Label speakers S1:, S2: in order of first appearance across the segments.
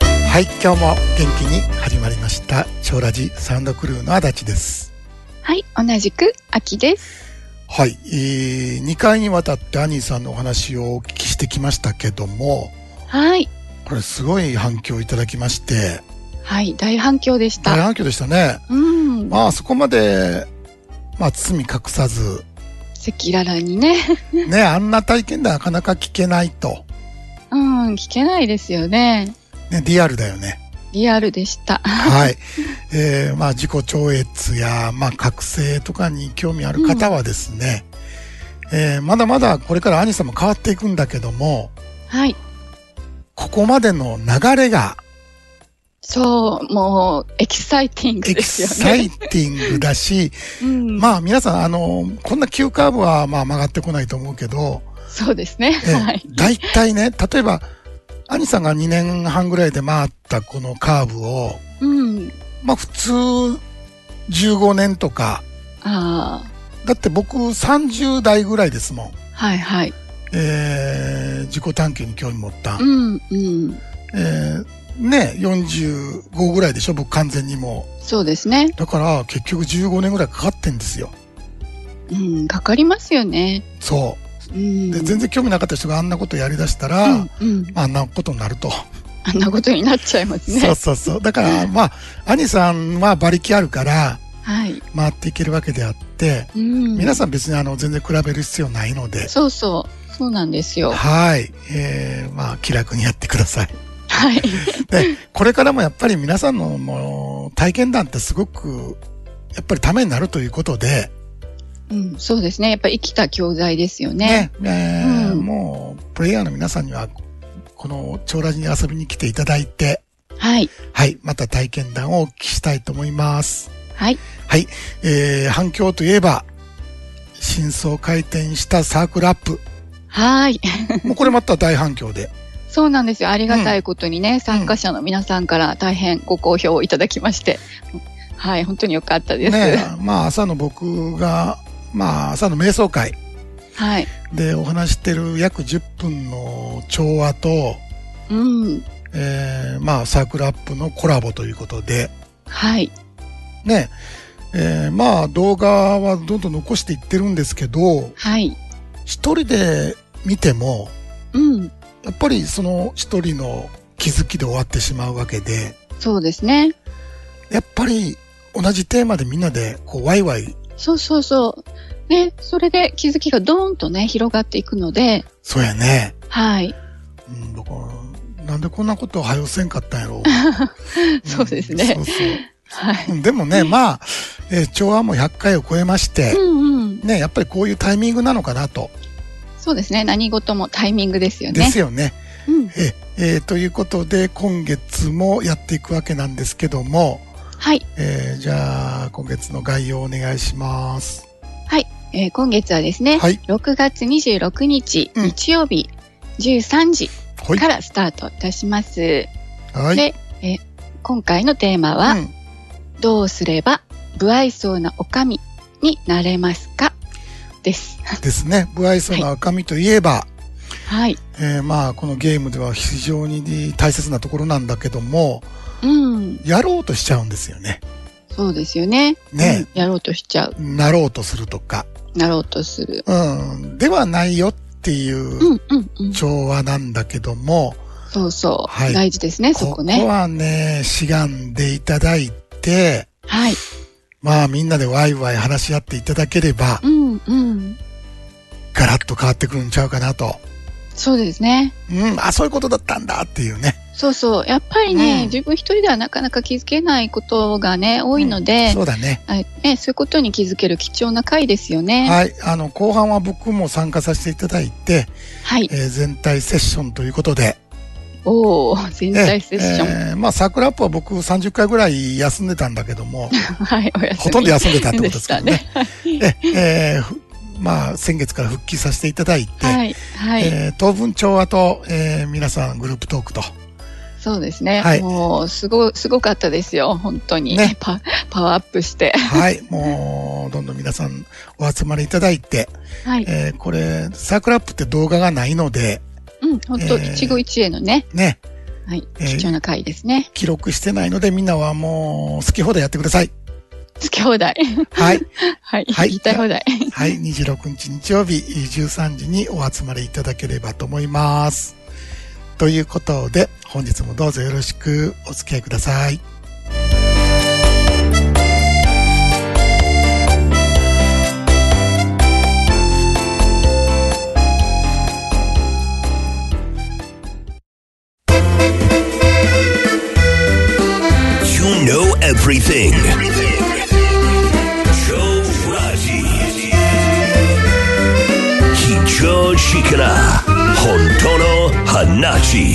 S1: 今日も元気に始まりました小ラジサウンドクルーの足立です
S2: はい、同じく秋です。
S1: はい、えー、2回にわたってアニーさんのお話をお聞きしてきましたけども
S2: はい、
S1: これすごい反響いただきまして
S2: はい、大反響でし
S1: 大
S2: た。
S1: 反響でしたね
S2: うん、赤
S1: まあそこまでまあ包み隠さず
S2: 裸々にね、
S1: ねあんな体験ではなかなか聞けないと
S2: うん、聞けないですよね。
S1: ねリアルだよね
S2: リアルでした。
S1: はい、えー、まあ自己超越やまあ覚醒とかに興味ある方はですね、えーまだまだこれからアニーさんも変わっていくんだけども
S2: はい、
S1: ここまでの流れが
S2: そう、もうエキサイティング
S1: エ
S2: で
S1: キ
S2: すよ
S1: サ
S2: ね。
S1: イティングだし、
S2: うん、
S1: まあ皆さん、あの、こんな急カーブはまあ曲がってこないと思うけど、
S2: そうですね。
S1: え
S2: はい、
S1: 大体ね、例えば、兄さんが2年半ぐらいで回ったこのカーブを、
S2: うん、
S1: まあ普通15年とか、
S2: あ
S1: だって僕30代ぐらいですもん。
S2: あ、はいはい、
S1: えー、自己探求に興味持った。
S2: うん、うん、
S1: えー、ね、45ぐらいでしょ、僕完全にも
S2: そうですね
S1: う。。だから結局15年ぐらいかかってんですよ。
S2: うん、かかりますよね。
S1: そう。
S2: うん、
S1: で全然興味なかった人があんなことやりだしたら、
S2: うん、うん、
S1: あんなことになると、
S2: あんなことになっちゃいます
S1: そう
S2: ね。
S1: そうそうだからまあ兄さんは馬力あるから
S2: はい、
S1: 回っていけるわけであって、
S2: うん、
S1: 皆さん別にあの全然比べる必要ないので、
S2: そうそう、そうなんですよ。
S1: はい、えー、まあ気楽にやってください
S2: はい。
S1: でこれからもやっぱり皆さんのもう体験談ってすごくやっぱりためになるということで
S2: うん、そうですね。やっぱ生きた教材ですよね。
S1: ねえー
S2: うん
S1: もうプレイヤーの皆さんにはこの長ラジに遊びに来ていただいて
S2: はい。
S1: はい。また体験談をお聞きしたいと思います。
S2: はい。
S1: はい。えー、反響といえば、真相回転したサークルアッ プ。
S2: はい。
S1: もうこれまた大反響で。
S2: そうなんですよ。ありがたいことにね、参加者の皆さんから大変ご好評をいただきまして。はい。本当に良かったです。
S1: ねえまあ朝の僕が、まあ朝の瞑想会
S2: はい。
S1: でお話してる約10分の調和と、
S2: うん。
S1: えー、まあサークルアップのコラボということで、
S2: はい。
S1: ねえ、えー、まあ動画はどんどん残していってるんですけど、
S2: はい。
S1: 一人で見ても、
S2: うん。
S1: やっぱりその一人の気づきで終わってしまうわけで、
S2: そうですね。
S1: やっぱり同じテーマでみんなでこうワイワイ、
S2: そうそうそう。ね。それで気づきがドーンとね、広がっていくので、
S1: そうやね。
S2: はい。
S1: うん、だから、なんでこんなことを早よせんかったんやろう。
S2: そうですね
S1: そうそ
S2: はい。
S1: う うん。でもね、まあ、えー調和も100回を超えまして
S2: う、んうん。
S1: ね、やっぱりこういうタイミングなのかなと。
S2: そうですね。何事もタイミングですよ
S1: で
S2: ね。
S1: すよね。
S2: うん。
S1: ええーということで、今月もやっていくわけなんですけども、
S2: はい。
S1: えーじゃあ、今月の概要お願いします。
S2: えー今月はですね、
S1: はい
S2: 6月26日、
S1: うん
S2: 日曜日13時
S1: ほい
S2: か。らスタートいたします。
S1: はい。
S2: で今回のテーマは、
S1: うん
S2: どうすれば不愛想な女将になれますかです。
S1: ですね。不愛想な赤身といえば、
S2: はい。
S1: えーまあ、このゲームでは非常に大切なところなんだけども、
S2: うん。
S1: やろうとしちゃうんですよね。
S2: そうですよね。
S1: ね
S2: うんやろうとしちゃう。
S1: なろうとするとか。
S2: なろうとする。
S1: うん。ではないよって
S2: う
S1: いうん
S2: うんうん。
S1: 調和なんだけども、
S2: そうそう。
S1: はい
S2: 大事ですね、
S1: こ
S2: そこ
S1: こ
S2: ね。
S1: はね、しがんでいただいて、
S2: はい。
S1: まあみんなでワイワイ話し合っていただければ、
S2: うんうん。
S1: ガラッと変わってくるんちゃうかなと。
S2: そうですね。
S1: うん、あ、そういうことだったんだっていうね。
S2: そうそう。やっぱりね、
S1: うん
S2: 自分一人ではなかなか気づけないことがね、多いので、
S1: そうだね。
S2: はいね、そういうことに気づける貴重な回ですよね。は
S1: は
S2: い。
S1: い。あの、後半は僕も参加させていただいて、えー全体セッションということで、
S2: おお、全体セッション。
S1: えーまあ、サークルアップは僕30回ぐらい休んでたんだけど も、
S2: はい、お休み。
S1: ほとんど休んでたってことですけど
S2: で
S1: ね
S2: し。たね。
S1: ええーふまあ、先月から復帰させていただいて、
S2: はい、はい、
S1: えー当分調和と、えー皆さんグループトー クと、
S2: そうですね。
S1: はい
S2: もう、すご、すごかったですよ、本当に。
S1: ね
S2: パパワーアップして。
S1: はい、もう、どんどん皆さんお集まりいただいて、
S2: はい。
S1: えーこれ、サークルアップって動画がないので、
S2: うん、本
S1: え
S2: 当、
S1: ー
S2: 一期一会のね、
S1: ね、
S2: はい。
S1: えー
S2: 貴重な回ですね。
S1: 記録してないので、みんなはもう好き放題やってくださ い。
S2: 好き放題。
S1: はい。
S2: はい。
S1: はい
S2: 言いたい放題。
S1: はい。26日日曜日13時にお集まりいただければと思います。ということで、本日もどうぞよろしくお付き合いください。
S3: You know everything. Joe Raji. Hicho Shikara. Hontono Hanachi.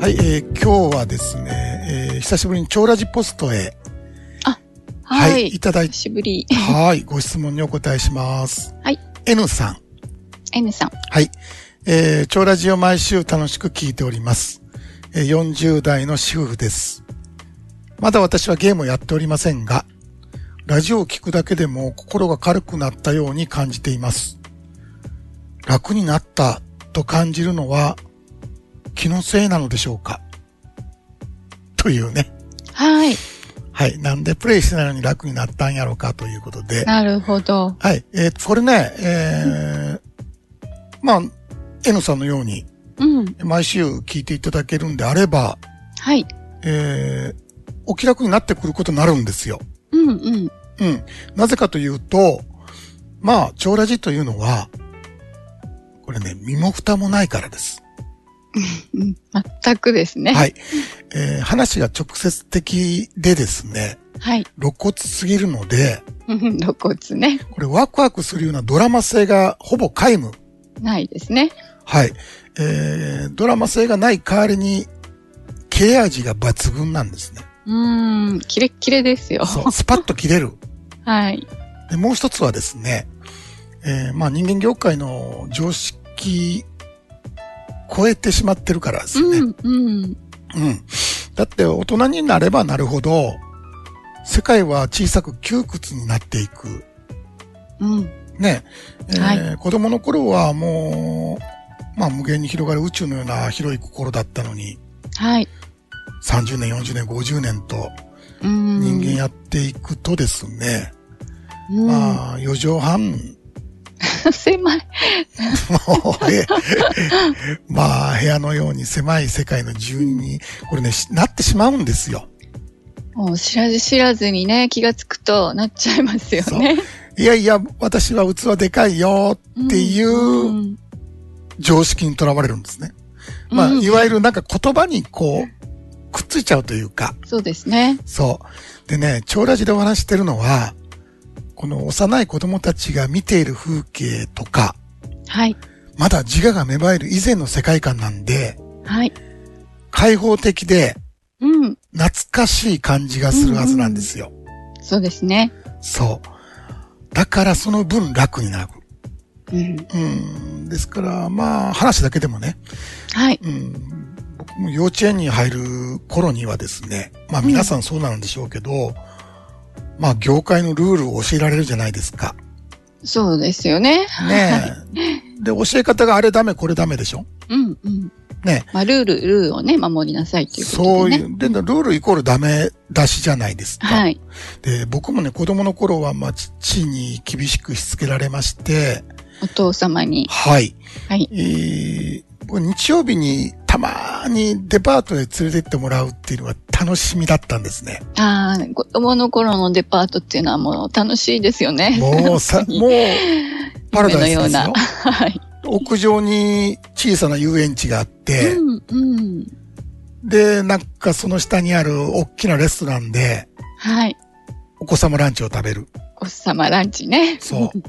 S1: はい。えー今日はですね、えー久しぶりに長ラジポストへ、
S2: はい。
S1: いただい
S2: 久しぶり。
S1: はい。ご質問にお答えします。
S2: はい。
S1: N さん。
S2: N さん。
S1: はい。えー、超ラジを毎週楽しく聞いております。えー40代の主婦です。まだ私はゲームをやっておりませんが、ラジオを聞くだけでも心が軽くなったように感じています。楽になったと感じるのは気のせいなのでしょうかというね。
S2: はい。
S1: はい。なんでプレイしてないのに楽になったんやろうかということで。
S2: なるほど。
S1: はい。えーこれね、えーまあ、N さんのように、
S2: うん。
S1: 毎週聞いていただけるんであれば、
S2: はい。
S1: えーお気楽になってくることになるんですよ。
S2: うんうん。
S1: うん。なぜかというと、まあ、超ラジというのは、これね、身も蓋もないからです。
S2: うん全くですね。
S1: はい。えー話が直接的でですね、
S2: はい。
S1: 露骨すぎるので、
S2: うん露骨ね。
S1: これワクワクするようなドラマ性がほぼ皆無。
S2: ないですね。
S1: はい。えードラマ性がない代わりに、切れ味が抜群なんですね。
S2: うーん。キレッキレですよ。
S1: そう、スパッと切れる。
S2: はい。
S1: で、もう一つはですね、えーまあ人間業界の常識、超えてしまってるからです
S2: う
S1: ね。
S2: んうん。
S1: うん。だって大人になればなるほど、世界は小さく窮屈になっていく。
S2: うん。
S1: ね。えー
S2: は
S1: 子供の頃はもう、まあ無限に広がる宇宙のような広い心だったのに、
S2: はい。
S1: 30年、40年、50年と
S2: うん。
S1: 人間やっていくとですね、
S2: うん、
S1: まあ4畳半
S2: 狭い。
S1: もう、 ええまあ、部屋のように狭い世界の住人に、これね、しなってしまうんですよ。
S2: もう知らず知らずにね、気がつくとなっちゃいますよね。
S1: いやいや、私は器でかいよってい
S2: ん
S1: う
S2: うん
S1: 常識にとらわれるんですね。まあ、
S2: うん
S1: いわゆるなんか言葉にこう、くっついちゃうというか、
S2: そうですね。
S1: そう。でね、長ラジでお話ししてるのは、この幼い子供たちが見ている風景とか、
S2: はい。
S1: まだ自我が芽生える以前の世界観なんで、
S2: はい。
S1: 開放的で、
S2: うん。
S1: 懐かしい感じがするはずなんですよ。
S2: そうですね。
S1: そう。だからその分楽になる。
S2: うん。
S1: うん。ですから、まあ、話だけでもね、
S2: はい。
S1: うん。僕も幼稚園に入る頃にはですね、まあ
S2: うん
S1: 皆さんそうなんでしょうけど、まあ業界のルールを教えられるじゃないですか。
S2: そうですよね。
S1: ねえ。で、教え方があれダメ、これダメでしょ
S2: うんうん。
S1: ね
S2: まあ、ルール、ルールをね、守りなさいっていうこと
S1: そう
S2: で、
S1: い
S2: ね。
S1: う、で、ルールイコールダメ出しじゃないですか。
S2: はい。
S1: で、僕もね、子供の頃は、まあ、父に厳しくしつけられまして、
S2: お父様に。
S1: はい。
S2: はい。
S1: えー僕日曜日にたまーにデパートへ連れてってもらうっていうのが楽しみだったんです ね。
S2: ああ、子供の頃のデパートっていうのはもう楽しいですよね。
S1: もうさ、もう、パラダイスです
S2: 夢のよ
S1: よ
S2: うな。はい。
S1: 屋上に小さな遊園地があって、
S2: うんうん。
S1: で、なんかその下にある大きなレストランで、
S2: はい。
S1: お子様ランチを食べる。
S2: おっさまランチね。
S1: そう。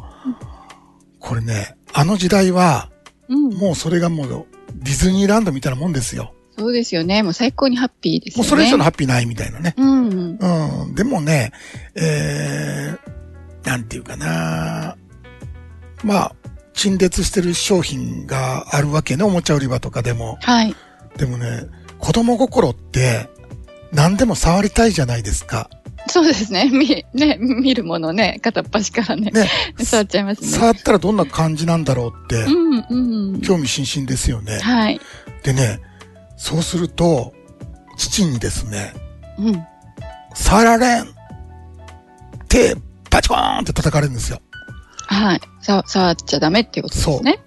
S1: これね、あの時代は、
S2: うん。
S1: もうそれがもう、ディズニーランドみたいなもんですよ。
S2: そうですよね。もう最高にハッピーですよ
S1: もう
S2: ね。
S1: それ以上のハッピーないみたいなね。
S2: うん。
S1: うん、でもね、えー、なんていうかな、まあ、陳列してる商品があるわけね、おもちゃ売り場とかでも。
S2: はい。
S1: でもね、子供心って、何でも触りたいじゃないですか。
S2: そうですね。 見、ね、見るものね、片っ端からね、
S1: ね、
S2: 触っちゃいますね。
S1: 触ったらどんな感じなんだろうって
S2: う、ん、うん。
S1: 興味津々ですよね。
S2: はい。
S1: でね、そうすると、父にですね、
S2: うん。
S1: 触られん手、バチコーンって叩かれるんですよ。
S2: はい。さ、触っちゃダメっていうことですね。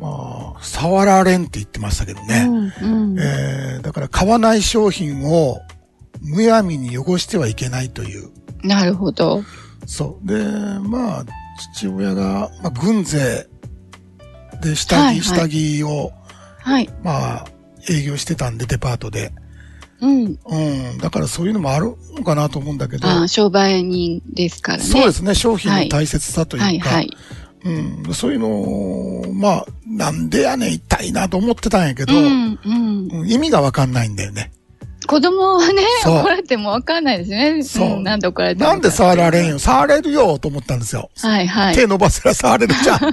S1: まあ、触られんって言ってましたけどね。
S2: うん、うん。
S1: えー、だから買わない商品をむやみに汚してはいけないという。
S2: なるほど。
S1: そう。で、まあ、父親が、まあ、軍勢で下着、
S2: はいはい
S1: 下着を、
S2: はい。
S1: まあ、営業してたんで、デパートで。
S2: うん。
S1: うん。だからそういうのもあるのかなと思うんだけど。
S2: あー商売人ですからね。。
S1: そうですすね。商品の大切さというか。
S2: はい、はい。
S1: うん。そういうのを、まあ、なんでやねん、痛いなと思ってたんやけ
S2: う
S1: ど、
S2: ん、うん。
S1: うん意味がわかんないんだよね。
S2: 子供はね、
S1: そう
S2: 怒られてもわかんないですね。
S1: そう
S2: うんなんで怒られても。
S1: なんで触られん
S2: よ。
S1: よ触れるよと思ったんですよ。
S2: はい、はい。
S1: 手伸ばせら触れる じゃんって。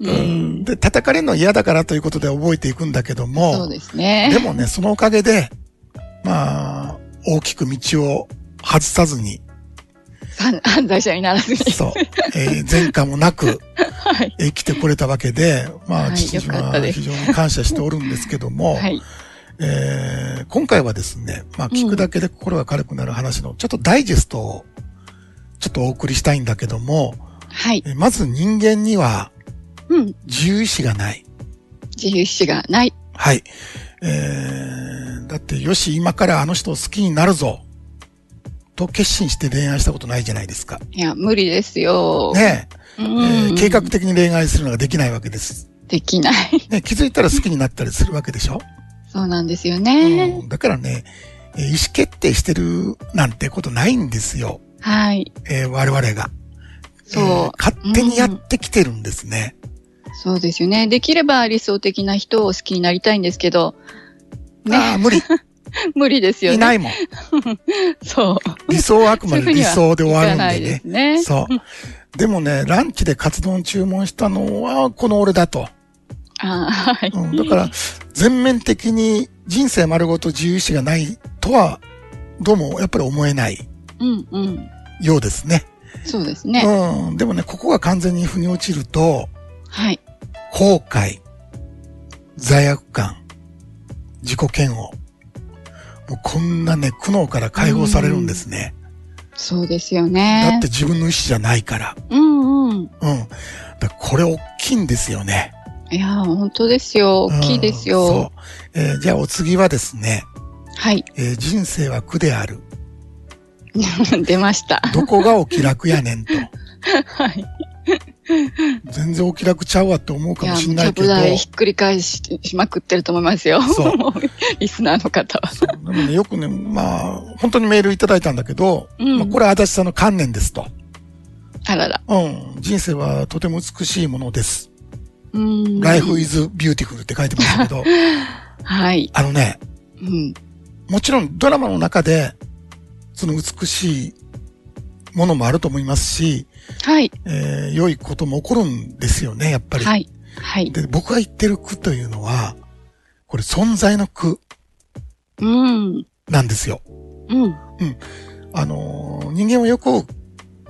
S1: うんで、叩かれるのは嫌だからということで覚えていくんだけど
S2: そう
S1: も、
S2: ですね。
S1: でもね、そのおかげで、まあ、大きく道を外さず に、
S2: 犯犯罪者にならずに。
S1: そう、えー前科もなく
S2: はい。
S1: 生きてこれたわけで、ま
S2: は
S1: あ、
S2: い
S1: 父に
S2: よかった
S1: は
S2: です
S1: 非常に感謝しておるんですけども、
S2: はい。
S1: えー今回はですね、まあ、聞くだけで心が軽くなる話の、ちょっとダイジェストを、ちょっとお送りしたいんだけども、
S2: はい。
S1: えまず人間には
S2: うん。
S1: 自由意志がない。
S2: 自由意志がない。
S1: はい。えー、だって、よし、今からあの人を好きになるぞ。と決心して恋愛したことないじゃないですか。
S2: いや、無理ですよ。
S1: ねえ、え
S2: うん
S1: ー計画的に恋愛するのができないわけです。
S2: できない。
S1: ね、気づいたら好きになったりするわけでしょ、
S2: そうなんですよね。
S1: うん、だからね、えー意思決定してるなんてことないんですよ。
S2: はい。
S1: えー我々が。
S2: そう
S1: えー勝手にやってきてるんですね。
S2: そうですよね。できれば理想的な人を好きになりたいんですけど、
S1: あ
S2: ね、
S1: あ、無 理。
S2: 無理ですよね。
S1: いないもん。
S2: そう。
S1: 理想はあくまで理想で終わるん
S2: いかな
S1: で
S2: いで
S1: ね
S2: す。ね。
S1: そう。でもね、ランチでカツ丼注文したのは、この俺だと。
S2: あーはい。
S1: うん、だから、全面的に人生丸ごと自由意志がないとは、どうもやっぱり思えない
S2: うんうん。
S1: ようですね。
S2: そうですね。
S1: うん。でもね、ここが完全に腑に落ちると、
S2: はい。
S1: 後悔、罪悪感、自己嫌悪。もうこんなね、苦悩から解放されるんですね。
S2: そうですよ
S1: だっ
S2: ね
S1: て。自分の意思じゃないから。
S2: うんうん。
S1: うん。だからこれ大きいんですよね。
S2: いやー、本当ですよ。大きいです
S1: うん
S2: よ
S1: そ。う。えーじゃあお次はですね、
S2: はい。
S1: えー人生は苦である。
S2: 出ました。
S1: どこがお気楽やね んと。
S2: はい。
S1: 全然お気楽ちゃうわって思うか
S2: いや
S1: も
S2: ー、
S1: し
S2: も
S1: ん
S2: う
S1: ないけ
S2: 脚
S1: ど。
S2: 台ひっくり返ししまくってると思いますよ。
S1: そう
S2: も リスナーの方は。
S1: そうでもね、よくね、まあ、本当にメールいただいたんだけど、
S2: うん
S1: まあ、これは足立さんの観念ですと。
S2: あらら。
S1: うん。人生はとても美しいものです。
S2: うん。
S1: Life is beautiful って書いてましたけ ど、
S2: はい。
S1: あのね、
S2: うん。
S1: もちろんドラマの中で、その美しいものもあると思いますし、
S2: はい。
S1: えー良いことも起こるんですよね、やっぱり。
S2: はい。はい。
S1: で、僕が言ってる苦というのは、これ存在の苦
S2: うん。
S1: なんですよ。
S2: うん。
S1: あのー人間はよく、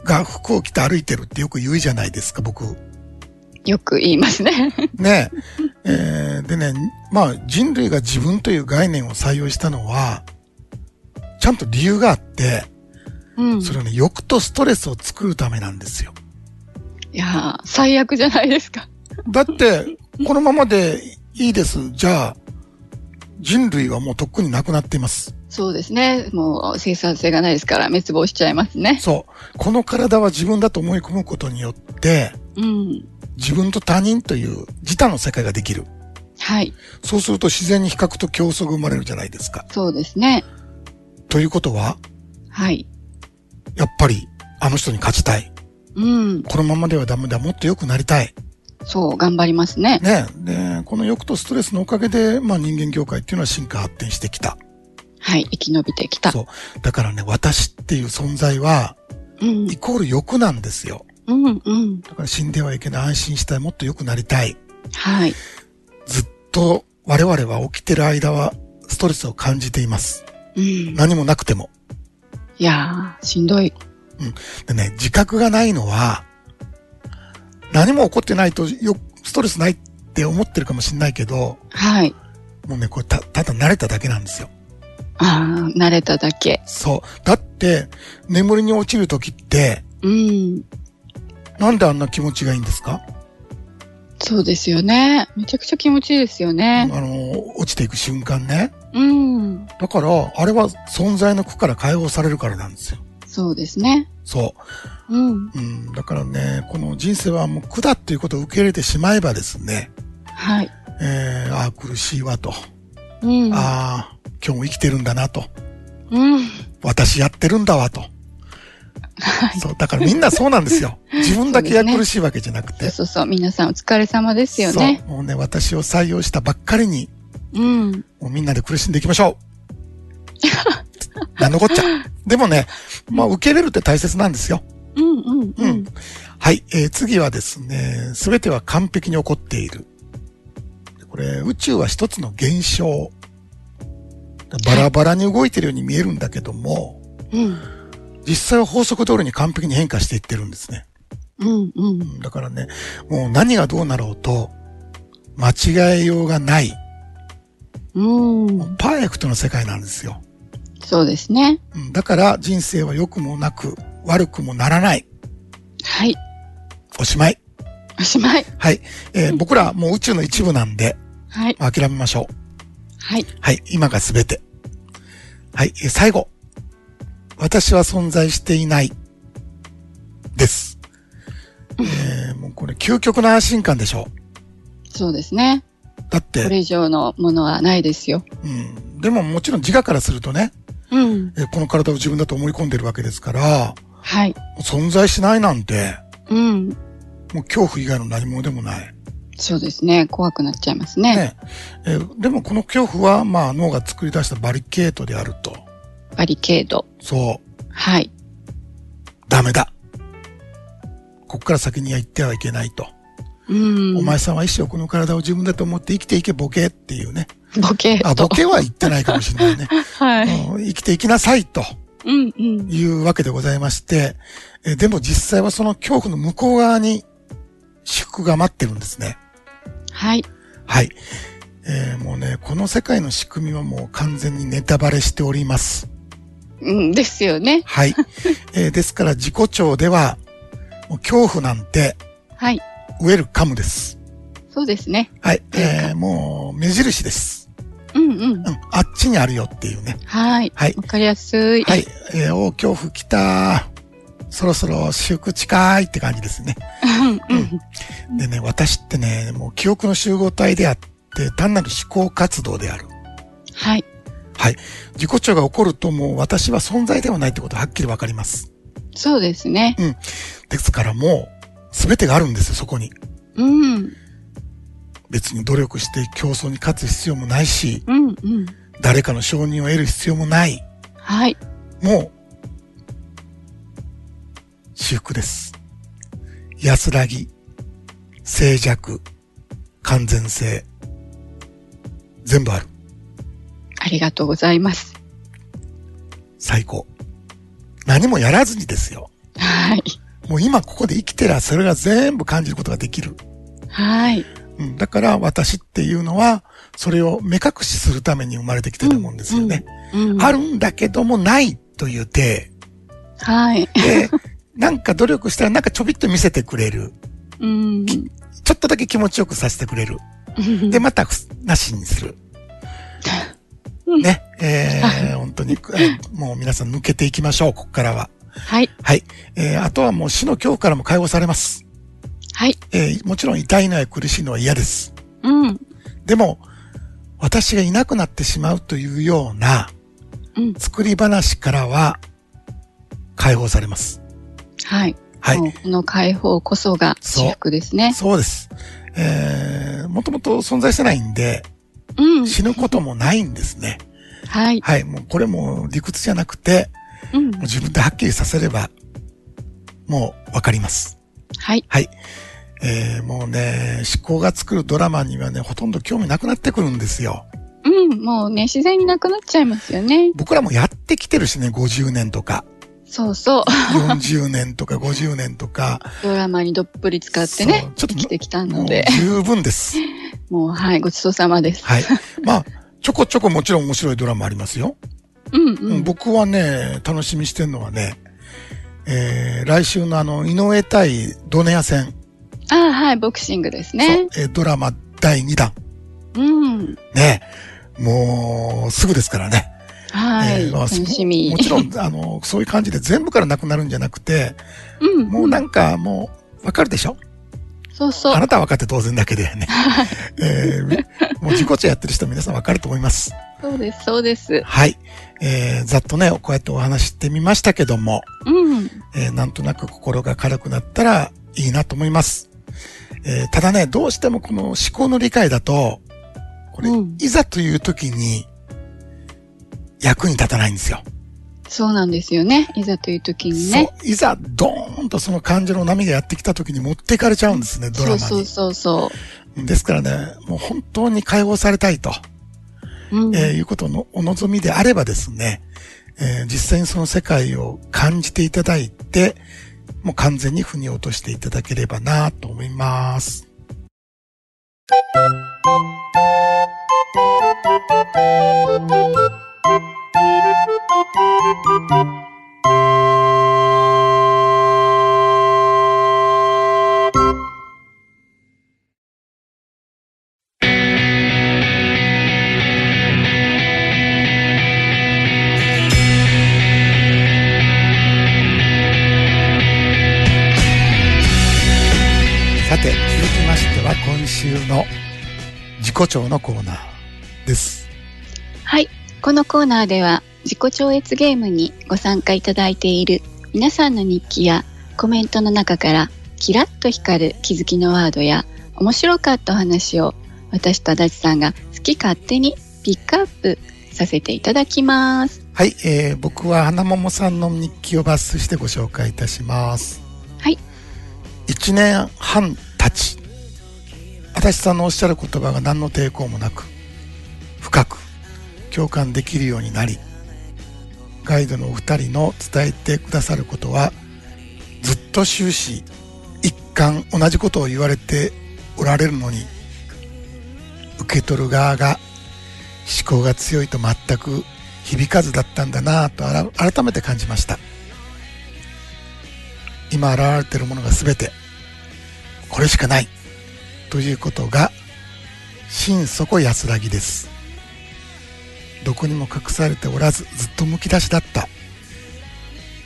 S1: が服を着て歩いてるってよく言うじゃないですか、僕。
S2: よく言いますね。
S1: ね。えーでね、まあ人類が自分という概念を採用したのは、ちゃんと理由があって、
S2: うん。い
S1: それはね、欲とストレスを作るためなんですよ。
S2: やー、最悪じゃないですか。
S1: だって、このままでいいです。じゃあ、人類はもうとっくになくなっています。
S2: そうですね。もう生産性がないですから滅亡しちゃいますね。
S1: そう。この体は自分だと思い込むことによって、
S2: うん。
S1: 自分と他人という自他の世界ができる。
S2: はい。
S1: そうすると自然に比較と競争が生まれるじゃないですか。
S2: そうですね。
S1: ということは、
S2: はい。
S1: やっぱり、あの人に勝ちたい。
S2: うん。
S1: このままではダメだ。もっと良くなりたい。
S2: そう、頑張りますね。
S1: ねで、この欲とストレスのおかげで、まあ人間業界っていうのは進化発展してきた。
S2: はい。生き延びてきた。
S1: そう。だからね、私っていう存在は、
S2: うん
S1: イ。コール欲なんですよ。
S2: うん。うん。
S1: だから死んではいけない。安心したい。もっと良くなりたい。
S2: はい。
S1: ずっと我々は起きてる間はストレスを感じています。
S2: うん。
S1: 何もなくても。
S2: いいやー、しんどい。
S1: でね、自覚がないのは、何も起こってないとよ、ストレスないって思ってるかもしれないけど、
S2: はい。
S1: もうね、これた、ただ慣れただけなんですよ。
S2: ああ、慣れただけ。
S1: そう。だって、眠りに落ちるときって、
S2: うん。
S1: なんであんな気持ちがいいんですか、
S2: そうですよね。めちゃくちゃ気持ちいいですよ
S1: あ
S2: ね。
S1: の、落ちていく瞬間ね。
S2: うん。
S1: だから、あれは存在の苦から解放されるからなんですよ。
S2: そうですね。
S1: そ
S2: うん。
S1: う。うん、だからね、この人生はもう苦だっていうことを受け入れてしまえばですね、
S2: はい。
S1: えー、ああ、苦しいわと。
S2: うん。
S1: ああ、今日も生きてるんだなと。
S2: うん。
S1: 私やってるんだわと。そう、だからみんなそうなんです よ。自分だけや苦しいわけじゃなく
S2: そう
S1: て。
S2: そうそう。皆さんお疲れ様ですよ
S1: そう
S2: ね。。
S1: もうね、私を採用したばっかりに、
S2: うん。
S1: もう みんなで苦しんでいきましょう。なんのこっちゃ。でもね、まあ受け入れるって大切なんですよ。
S2: うんうんう
S1: うんん。。はい、えー、次はですね、すべては完璧に起こっている。これ、宇宙は一つの現象。バラバラに動いてるように見えるんだけども、
S2: うん。
S1: 実際は法則通りに完璧に変化していってるんですね。
S2: うんう。
S1: うんんだからね、もう何がどうなろうと、間違えようがない、
S2: うん。
S1: パーフェクトの世界なんですよ。
S2: そうですね。
S1: うんだから人生は良くもなく、悪くもならない。
S2: はい。
S1: おしまい。
S2: おしまい。
S1: はい。えー僕らもう宇宙の一部なんで、
S2: はい。
S1: まあ諦めましょ
S2: はい。
S1: う。はい。今が全て。はい。えー最後。私は存在していない。です。えーもうこれ究極の安心感でしょ
S2: そうですね。
S1: う。だっ
S2: こ
S1: て、
S2: れ以上のものはないですよ。
S1: うん。でももちろん自我からするとね、
S2: うん。
S1: えーこの体を自分だと思い込んでるわけですから、
S2: はい。
S1: 存在しないなんて、
S2: うん。
S1: もう恐怖以外の何もでもない。
S2: そうですね。怖くなっちゃいますね。
S1: ねえーでもこの恐怖は、まあ脳が作り出したバリケートであると。
S2: バリケード。
S1: そう、
S2: はい。
S1: ダメだ。こっから先には行ってはいけないと。
S2: うん。
S1: お前さんは一生この体を自分だと思って生きていけボケっていうね。
S2: ボケード。
S1: あ、ボケは言ってないかもしれない ね。
S2: はい。
S1: うん生きていきなさいと
S2: うんうん。
S1: いうわけでございまして、えーでも実際はその恐怖の向こう側に祝福が待ってるんですね。
S2: はい。
S1: はい。えーもうね、この世界の仕組みはもう完全にネタバレしております。
S2: うんですよね。
S1: はい。えーですから自己調では、もう恐怖なんて
S2: はい。
S1: ウェルカムです。
S2: そうですね。
S1: はい。
S2: ウェル
S1: えーもう目印です。
S2: うんうん
S1: う。ん。あっちにあるよっていうね。
S2: はい。
S1: はい
S2: わかりやすい。
S1: はい。えー、おー恐怖来たそろそろ祝近いって感じですね。
S2: うんうん。
S1: でね、私ってね、もう記憶の集合体であって、単なる思考活動である。
S2: はい。
S1: はい。自己調が起こるともう私は存在ではないってことははっきりわかります。
S2: そうですね。
S1: ですからもう、すべてがあるんですよ、そこに。
S2: うん。
S1: 別に努力して競争に勝つ必要もないし、
S2: うんうん。
S1: 誰かの承認を得る必要もない。
S2: はい。
S1: もう、私服です。安らぎ、静寂、完全性。全部ある。
S2: ありがとうございます。
S1: 最高。何もやらずにですよ。
S2: はい。
S1: もう今ここで生きてらそれが全部感じることができる。
S2: はい。
S1: うん、だから私っていうのは、それを目隠しするために生まれてきてるもんですよね。
S2: うん。
S1: あるんだけどもないという体
S2: はい。
S1: で、なんか努力したらなんかちょびっと見せてくれる。
S2: うん。
S1: ちょっとだけ気持ちよくさせてくれる。で、またふす、なしにする。ね。えー、本当に、えーもう皆さん抜けていきましょう、ここからは。
S2: はい。
S1: はい。えー、あとはもう死の恐怖からも解放されます。
S2: はい。
S1: えー、もちろん痛いのや苦しいのは嫌です。
S2: うん。
S1: でも、私がいなくなってしまうというような
S2: うん。
S1: 作り話からは解放されます。
S2: はい。
S1: はい。
S2: もうこの解放こそが
S1: そう
S2: 私服ですね。
S1: そうです。えー、もともと存在してないんで、
S2: うん。
S1: 死ぬこともないんですね。
S2: はい。
S1: はい。もうこれも理屈じゃなくて、
S2: うん
S1: もう。自分ではっきりさせれば、もうわかります。
S2: はい。
S1: はい。えー、もうね、思考が作るドラマにはね、ほとんど興味なくなってくるんですよ。
S2: うん。もうね、自然になくなっちゃいますよね。
S1: 僕らもやってきてるしね、50年とか。
S2: そうそう。
S1: 40年とか50年とか。
S2: ドラマにどっぷり使ってね、
S1: そうちょっと
S2: 生きてきた
S1: も
S2: の
S1: う
S2: で、
S1: 十分です。
S2: もう、はい、ごちそうさまです。
S1: はい。まあ、ちょこちょこもちろん面白いドラマありますよ。
S2: うん
S1: う
S2: うんん。
S1: 僕はね、楽しみしてんのはね、えー、来週のあの、井上対ドネア戦、
S2: ああ、はい、ボクシングですね。
S1: そうえードラマ第2弾。
S2: うん。
S1: ね。もう、すぐですからね。
S2: はい、
S1: えーまあ
S2: 楽しみ。
S1: もちろん、あの、そういう感じで全部からなくなるんじゃなくて、
S2: うん、
S1: もうなんかもう、わかるでしょ
S2: そうそ
S1: あ
S2: う。
S1: なたは分かって当然だけで ね。えー、もう自己中やってる人皆さん分かると思います。
S2: そうです、そうです。
S1: はい。えー、ざっとね、こうやってお話ししてみましたけども、
S2: うん。
S1: えーなんとなく心が軽くなったらいいなと思います。えーただね、どうしてもこの思考の理解だと、これ、
S2: うん
S1: いざという時に役に立たないんですよ。
S2: そうなんですよね。いざという時にね。
S1: そう。いざ、ドーンとその感情の波がやってきた時に持っていかれちゃうんですね、ドラマ
S2: そう
S1: に。
S2: そうそうそ
S1: ですからね、もう本当に解放されたいと、
S2: う。うん。
S1: えーいうことのお望みであればですね、えー実際にその世界を感じていただいて、もう完全に腑に落としていただければなと思います。さて、続きましては今週の自己調のコーナーです。
S2: はい。このコーナーでは自己超越ゲームにご参加いただいている皆さんの日記やコメントの中からキラッと光る気づきのワードや面白かったお話を私と足立さんが好き勝手にピックアップさせていただきます。
S1: はい、えー、僕は花桃さんの日記を抜粋してご紹介いたします。
S2: はい。
S1: 一年半経ち足立さんのおっしゃる言葉が何の抵抗もなく深く共感できるようになりガイドのお二人の伝えてくださることはずっと終始一貫同じことを言われておられるのに受け取る側が思考が強いと全く響かずだったんだなぁとあら改めて感じました今現れているものが全てこれしかないということが心底安らぎですどこにも隠されておらずずっとむき出しだった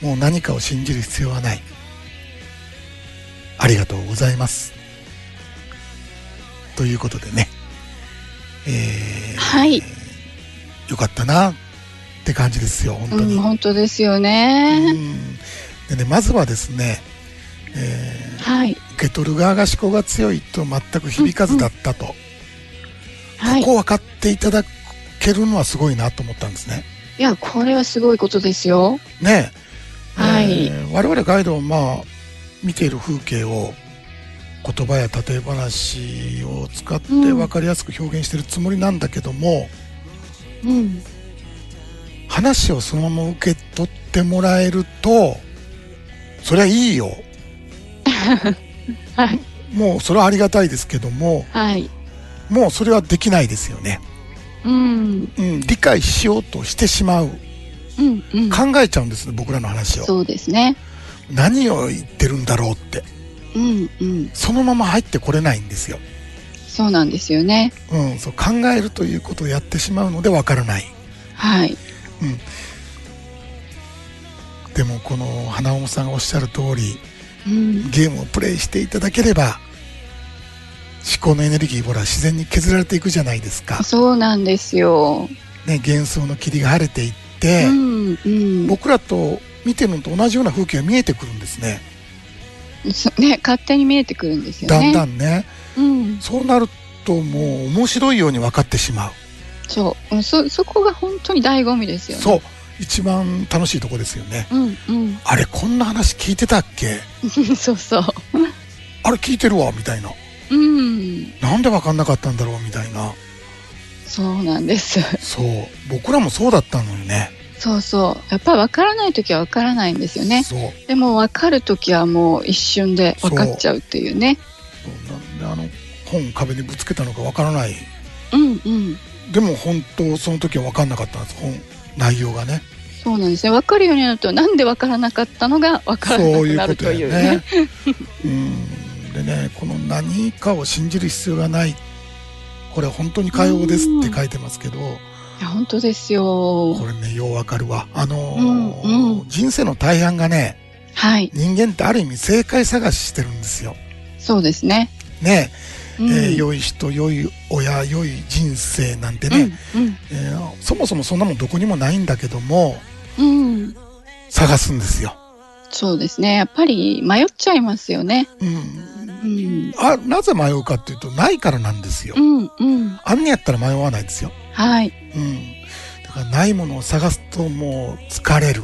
S1: もう何かを信じる必要はないありがとうございますということでねえ
S2: はい。
S1: ー、よかったなって感じですよ本当
S2: う
S1: に、
S2: ん、本当ですよ
S1: う
S2: ね。
S1: んでねまずはですね、え
S2: はい。
S1: ー受け取る側が思考が強いと全く響かずだったと、
S2: はい。
S1: ここを分かっていただけるのはすごいなと思ったんですね。
S2: いや、これはすごいことですよ。
S1: ねえ、
S2: はい
S1: えー我々ガイドはまあ見ている風景を言葉や例え話を使って
S2: うん
S1: 分かりやすく表現してるつもりなんだけども、
S2: うん。
S1: 話をそのまま受け取ってもらえるとそりゃいいよ
S2: はい。
S1: もうそれはありがたいですけども
S2: はい。
S1: もうそれはできないですよね、
S2: うん。
S1: うん、理解しようとしてしまう
S2: うん。うん。
S1: 考えちゃうんですね僕らの話を
S2: そうですね。
S1: 何を言ってるんだろうって
S2: うん。うん。
S1: そのまま入ってこれないんですよ、
S2: そうなんですよね。
S1: うん、そう考えるということをやってしまうのでわからない
S2: はい。
S1: でもこの花尾さんがおっしゃる通り
S2: うん。
S1: ゲームをプレイしていただければ思考のエネルギーほら自然に削られていくじゃないですか、
S2: そうなんですよ。
S1: ね、幻想の霧が晴れていって、
S2: うん。うん。
S1: 僕らと見てるのと同じような風景が見えてくるんですね
S2: そ ね、勝手に見えてくるんですよ
S1: だん
S2: ね。
S1: だ
S2: ん。
S1: んね
S2: うん。
S1: そうなるともう面白いように分かってしまう、
S2: そう。うんそ、そこが本当に醍醐味ですよね。
S1: そう一番楽しいとこですよね
S2: う。うん。うん。
S1: あれこんな話聞いてたっけ
S2: そうそう。
S1: あれ聞いてるわみたいな
S2: うん。
S1: なんで分かんなかったんだろうみたいな
S2: そうなんです。
S1: そう僕らもそうだったのよね
S2: そうそうやっぱり分からない時は分からないんですよね
S1: そう
S2: でも分かる時はもう一瞬で分かっちゃうっていうね
S1: なんであの本壁にぶつけたのかわからない
S2: うんうん
S1: でも本当その時は分かんなかったんです本内容がね
S2: そうなんですね分かるようになるとなんで分からなかったのが
S1: そ
S2: 分か
S1: う
S2: らなく
S1: いう
S2: な
S1: こ
S2: る
S1: と
S2: と
S1: だ
S2: い
S1: よ
S2: うね
S1: ねうんでねこの何かを信じる必要がないこれ本当に解放ですって書いてますけど
S2: いや本当ですよ
S1: これねようわかるわあのー
S2: うんう
S1: 人生の大半がね
S2: はい
S1: 人間ってある意味正解探ししてるんですよ
S2: そうですね、
S1: ね
S2: うん
S1: えー良い人良い親良い人生なんてね、
S2: うん
S1: えーそもそもそんなもんどこにもないんだけども
S2: うん、うん、
S1: 探すんですよ、
S2: そうですねやっぱり迷っちゃいますよね
S1: うん、
S2: うん
S1: あなぜ迷うかっていうとないからなんですよ、
S2: うんうん
S1: あんねやったら迷わないですよ、
S2: はい
S1: うん、だからないものを探すともう疲れる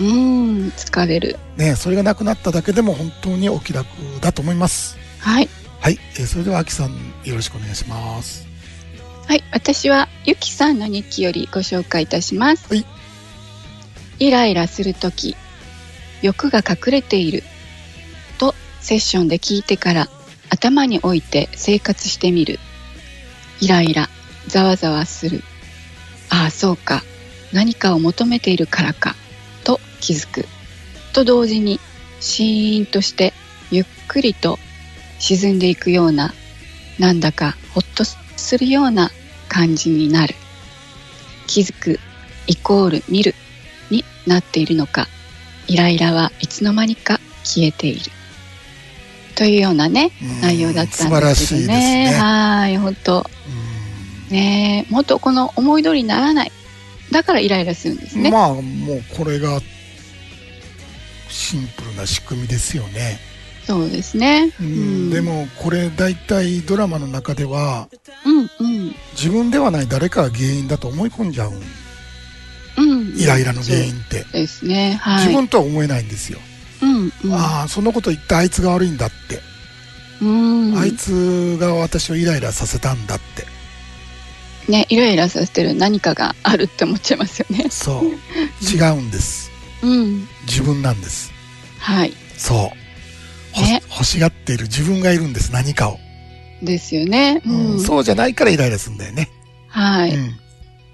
S2: うん疲れる
S1: ねそれがなくなっただけでも本当にお気楽だと思います
S2: はい
S1: はい、えーそれでは秋さんよろしくお願いします
S2: はい、私はゆきさんの日記よりご紹介いたします。
S1: はい
S2: イライラするとき、欲が隠れているとセッションで聞いてから頭に置いて生活してみる。イライラ、ざわざわする。ああ、そうか。何かを求めているからか。と気づく。と同時に、シーンとしてゆっくりと沈んでいくようななんだかほっとするような感じになる気づくイコール見るになっているのかイライラはいつの間にか消えているというようなね
S1: うん
S2: 内容だったんですけどね
S1: 素晴らしいですね
S2: はい本当ねえもっとこの思い通りにならないだからイライラするんです
S1: うん
S2: ね、
S1: まあもうこれがシンプルな仕組みですよね、
S2: そうですね
S1: う、
S2: うん
S1: でもこれ大体ドラマの中では
S2: うんうん
S1: 自分ではない誰かが原因だと思い込んじゃう
S2: うん
S1: イライラの原因って、
S2: そうですねはい
S1: 自分とは思えないんですよ、
S2: うんうん
S1: ああそんなこと言ったあいつが悪いんだって、
S2: うん
S1: あいつが私をイライラさせたんだって
S2: ね、イライラさせてる何かがあるって思っちゃいますよね。
S1: そう違うんです
S2: うん。
S1: 自分なんです
S2: はい。
S1: そうほ
S2: ね
S1: 欲しがっている自分がいるんです何かを、
S2: ですよね。
S1: う
S2: うんん。
S1: そうじゃないからイライラするんだよね、
S2: はい。
S1: うん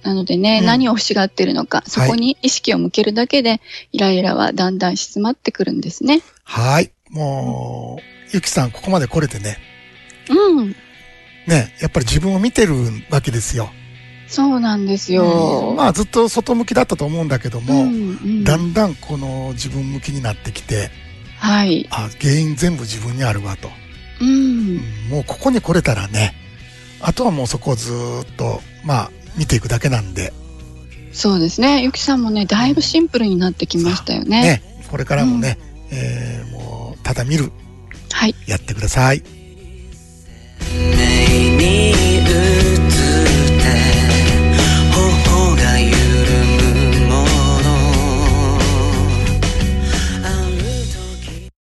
S2: なのでね、
S1: うん
S2: 何を欲しがってるのか、そこに意識を向けるだけで、イライラはだんだん静まってくるんですね。
S1: はいもう、ゆきさんここまで来れてね
S2: うん。
S1: ねやっぱり自分を見てるわけですよ
S2: そうなんです
S1: う
S2: よ。
S1: んまあずっと外向きだったと思うんだけども、
S2: うんうん
S1: だんだんこの自分向きになってきて
S2: はい。
S1: あ原因全部自分にあるわと、う
S2: う。
S1: んんもうここに来れたらねあとはもうそこをずーっとまあ見ていくだけなんで
S2: そうですね。ゆきさんもね、だいぶシンプルになってきましたよね。
S1: ねこれからもね、えーもうただ見る
S2: はい。
S1: やってください
S4: 目に映った頬が緩むものある時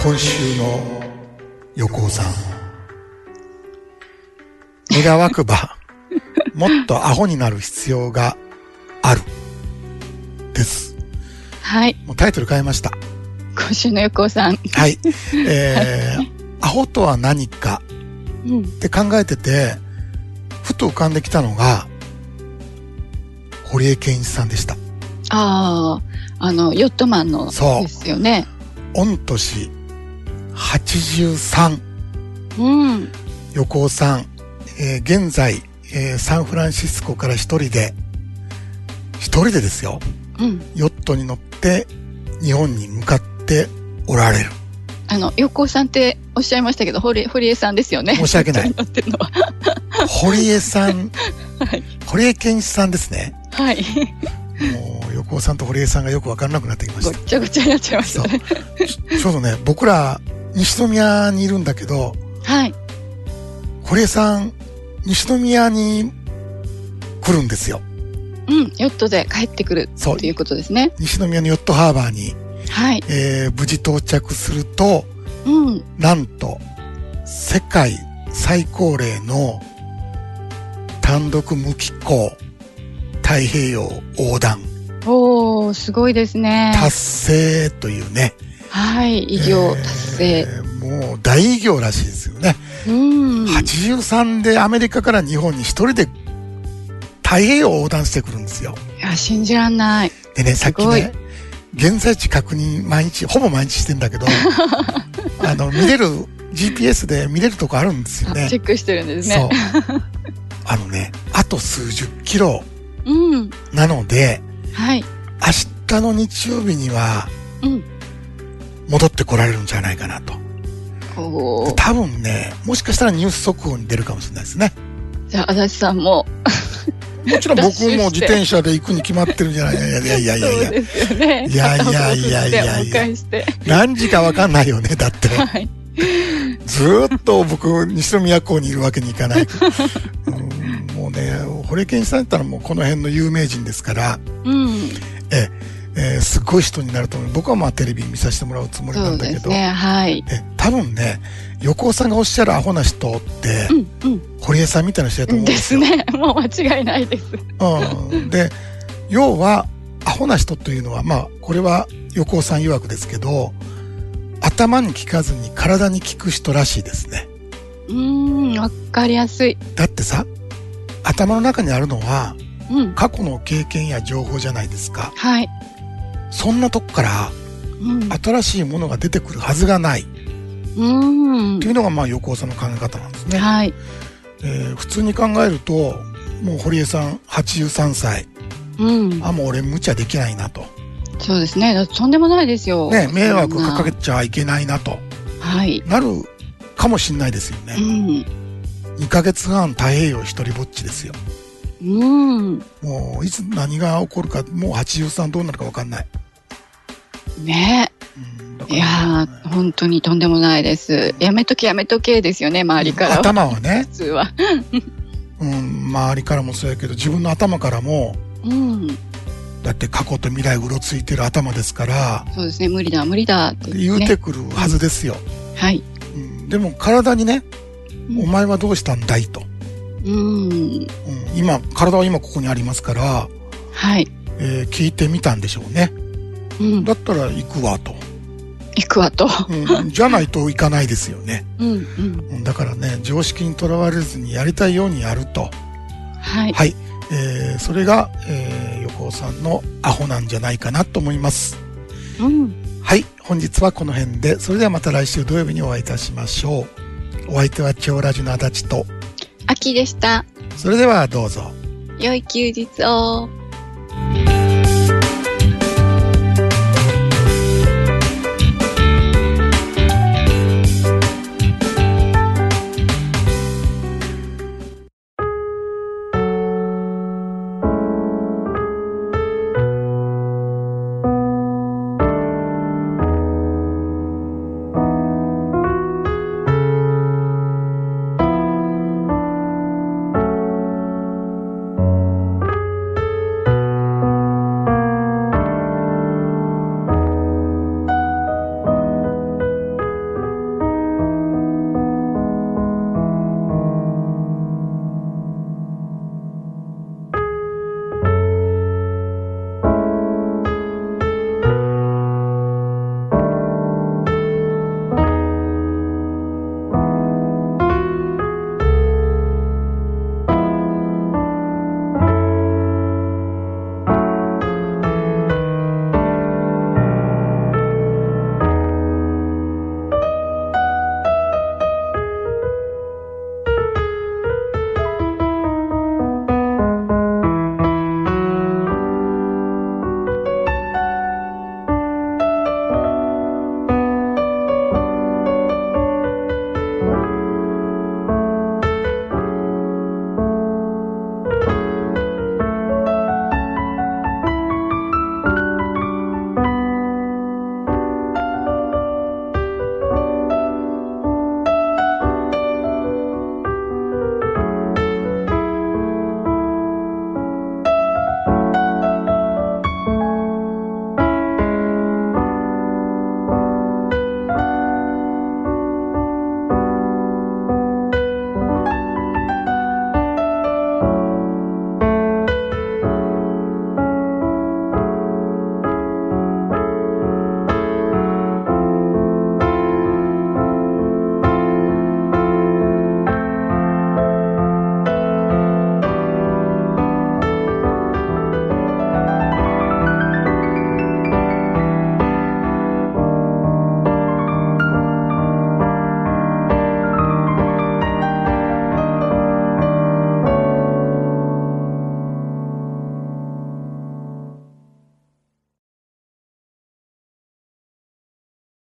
S1: 今週の横尾さん願わくばもっとアホになる必要があるです
S2: はい。
S1: もうタイトル変えました
S2: 今週の横尾さん。
S1: はい。えー、アホとは何か
S2: うん。
S1: って考えてて、ふと浮かんできたのが、堀江謙一さんでした。
S2: ああ、あの、ヨットマンの
S1: そう
S2: ですよね。
S1: 御年83、
S2: うん。
S1: 横尾さん、えー現在、えーサンフランシスコから一人で、一人でですよ、
S2: うん。
S1: ヨットに乗って日本に向かっておら れる。
S2: あの、横尾さんっておっしゃいましたけど、堀江堀江さんですよね。
S1: 申し 訳ない
S2: 乗ってるのは。
S1: 堀江さん、
S2: はい。
S1: 堀江謙一さんですね。
S2: はい。
S1: もう横尾さんと堀江さんがよくわからなくなってきまし
S2: ご
S1: た
S2: っ。ちゃごちゃになっちゃいましたね。
S1: ちょちょうどね、僕ら、西宮にいるんだけど、
S2: はい。
S1: 堀江さん、西宮に来るんですよ。
S2: うん、ヨットで帰ってくる
S1: そう
S2: ということですね。
S1: 西宮のヨットハーバーに、
S2: はい。
S1: えー無事到着すると、
S2: うん。
S1: なんと、世界最高齢の単独無寄港太平洋横断
S2: おー、すごいですね。
S1: 達成というね。
S2: はい。偉業達
S1: え
S2: 成。
S1: ーもう大偉業らしいですよね。
S2: うん。
S1: 83でアメリカから日本に一人で太平洋を横断してくるんですよ。
S2: いや、信じらんない。
S1: でね、さっき
S2: ごい
S1: ね、現在地確認毎日、ほぼ毎日してんだ けど、あの、見れる、GPS で見れるとこあるんですよ
S2: あ
S1: ね。
S2: チェックしてるんです
S1: そう
S2: ね。。
S1: あのね、あと数十キロ
S2: うん。
S1: なので、
S2: はい。
S1: 明日の日曜日には
S2: うん。
S1: 戻ってこられるんじゃないかなと。
S2: おー。
S1: 多分ね、もしかしたらニュース速報に出るかもしれないですね。
S2: じゃあ、足立さんも。
S1: もちろん僕
S2: ダッシュして
S1: も自転車で行くに決まってるんじゃないいやいやいやいや
S2: そう
S1: いや。
S2: ですよね。
S1: いやいやいやいやいや
S2: 片方ずつでお迎えして。
S1: 何時かわかんないよね、だって。
S2: はい。
S1: ずーっと僕、西宮港にいるわけにいかない。うんもうね、堀健一さんだったらもうこの辺の有名人ですから、
S2: うん。
S1: えええーすごい人になると思う。僕はまあテレビ見させてもらうつもりな
S2: そ
S1: ん
S2: う
S1: だけ
S2: です
S1: ど、
S2: ね。はい。
S1: え多分ね、横尾さんがおっしゃるアホな人って、
S2: うん。うん
S1: 堀江さんみたいな人だと
S2: う。
S1: 思うんんで
S2: ですす
S1: よ。
S2: ね。もう間違いないです。
S1: うん、で、要は、アホな人というのは、まあ、これは横尾さん曰くですけど、頭に効かずに体に効く人らしいですね。
S2: うーん。わかりやすい。
S1: だってさ、頭の中にあるのは、
S2: うん。
S1: 過去の経験や情報じゃないですか。
S2: はい。
S1: そんなとこから
S2: うん。
S1: 新しいものが出てくるはずがない。
S2: うん
S1: と。いうのが、まあ、横尾さんの考え方なんですね。
S2: はい。
S1: えー普通に考えると、もう堀江さん83歳。
S2: うん。
S1: あ、もう俺無茶できないなと。
S2: そうですね。だとんでもないですよ。
S1: ね、迷惑がかけ
S2: て。
S1: ちゃいけないなと。
S2: はい。
S1: なるかもしんないですよ
S2: う
S1: ね。
S2: ん。
S1: 2ヶ月半太平洋一人ぼっちですよ。
S2: うん。
S1: もう、いつ何が起こるか、もう83どうなるかわかんない。
S2: ね
S1: うんだか
S2: い
S1: ら
S2: やー、本当にとんでもないです。やめとけやめとけですよね、周りからは。
S1: 頭はね
S2: 普、通は。
S1: うん、周りからもそうやけど、自分の頭からも、
S2: うん。
S1: だって過去と未来うろついてる頭ですから、
S2: そうですね、無理だ、無理だって
S1: 言
S2: 言
S1: う
S2: って
S1: て
S2: ね。
S1: くるはずですよ。
S2: はい。
S1: うん、でも体にね、
S2: うん
S1: お前はどうしたんだいと。
S2: うん。
S1: うん、今、体は今ここにありますから、
S2: はい。
S1: えー聞いてみたんでしょうね。
S2: うん。
S1: だったら行くわと。
S2: 行くわと。
S1: うん、じゃないと行かないですよね。
S2: うん。う
S1: う
S2: ん。
S1: んだからね、常識にとらわれずにやりたいようにやると。
S2: はい。
S1: はい。えーそれが、えー横尾さんのアホなんじゃないかなと思います。
S2: うん。
S1: はい。本日はこの辺で、それではまた来週土曜日にお会いいたしましょう。お相手は長ラジの足立と、
S2: 秋でした。
S1: それではどうぞ。
S2: 良い休日を。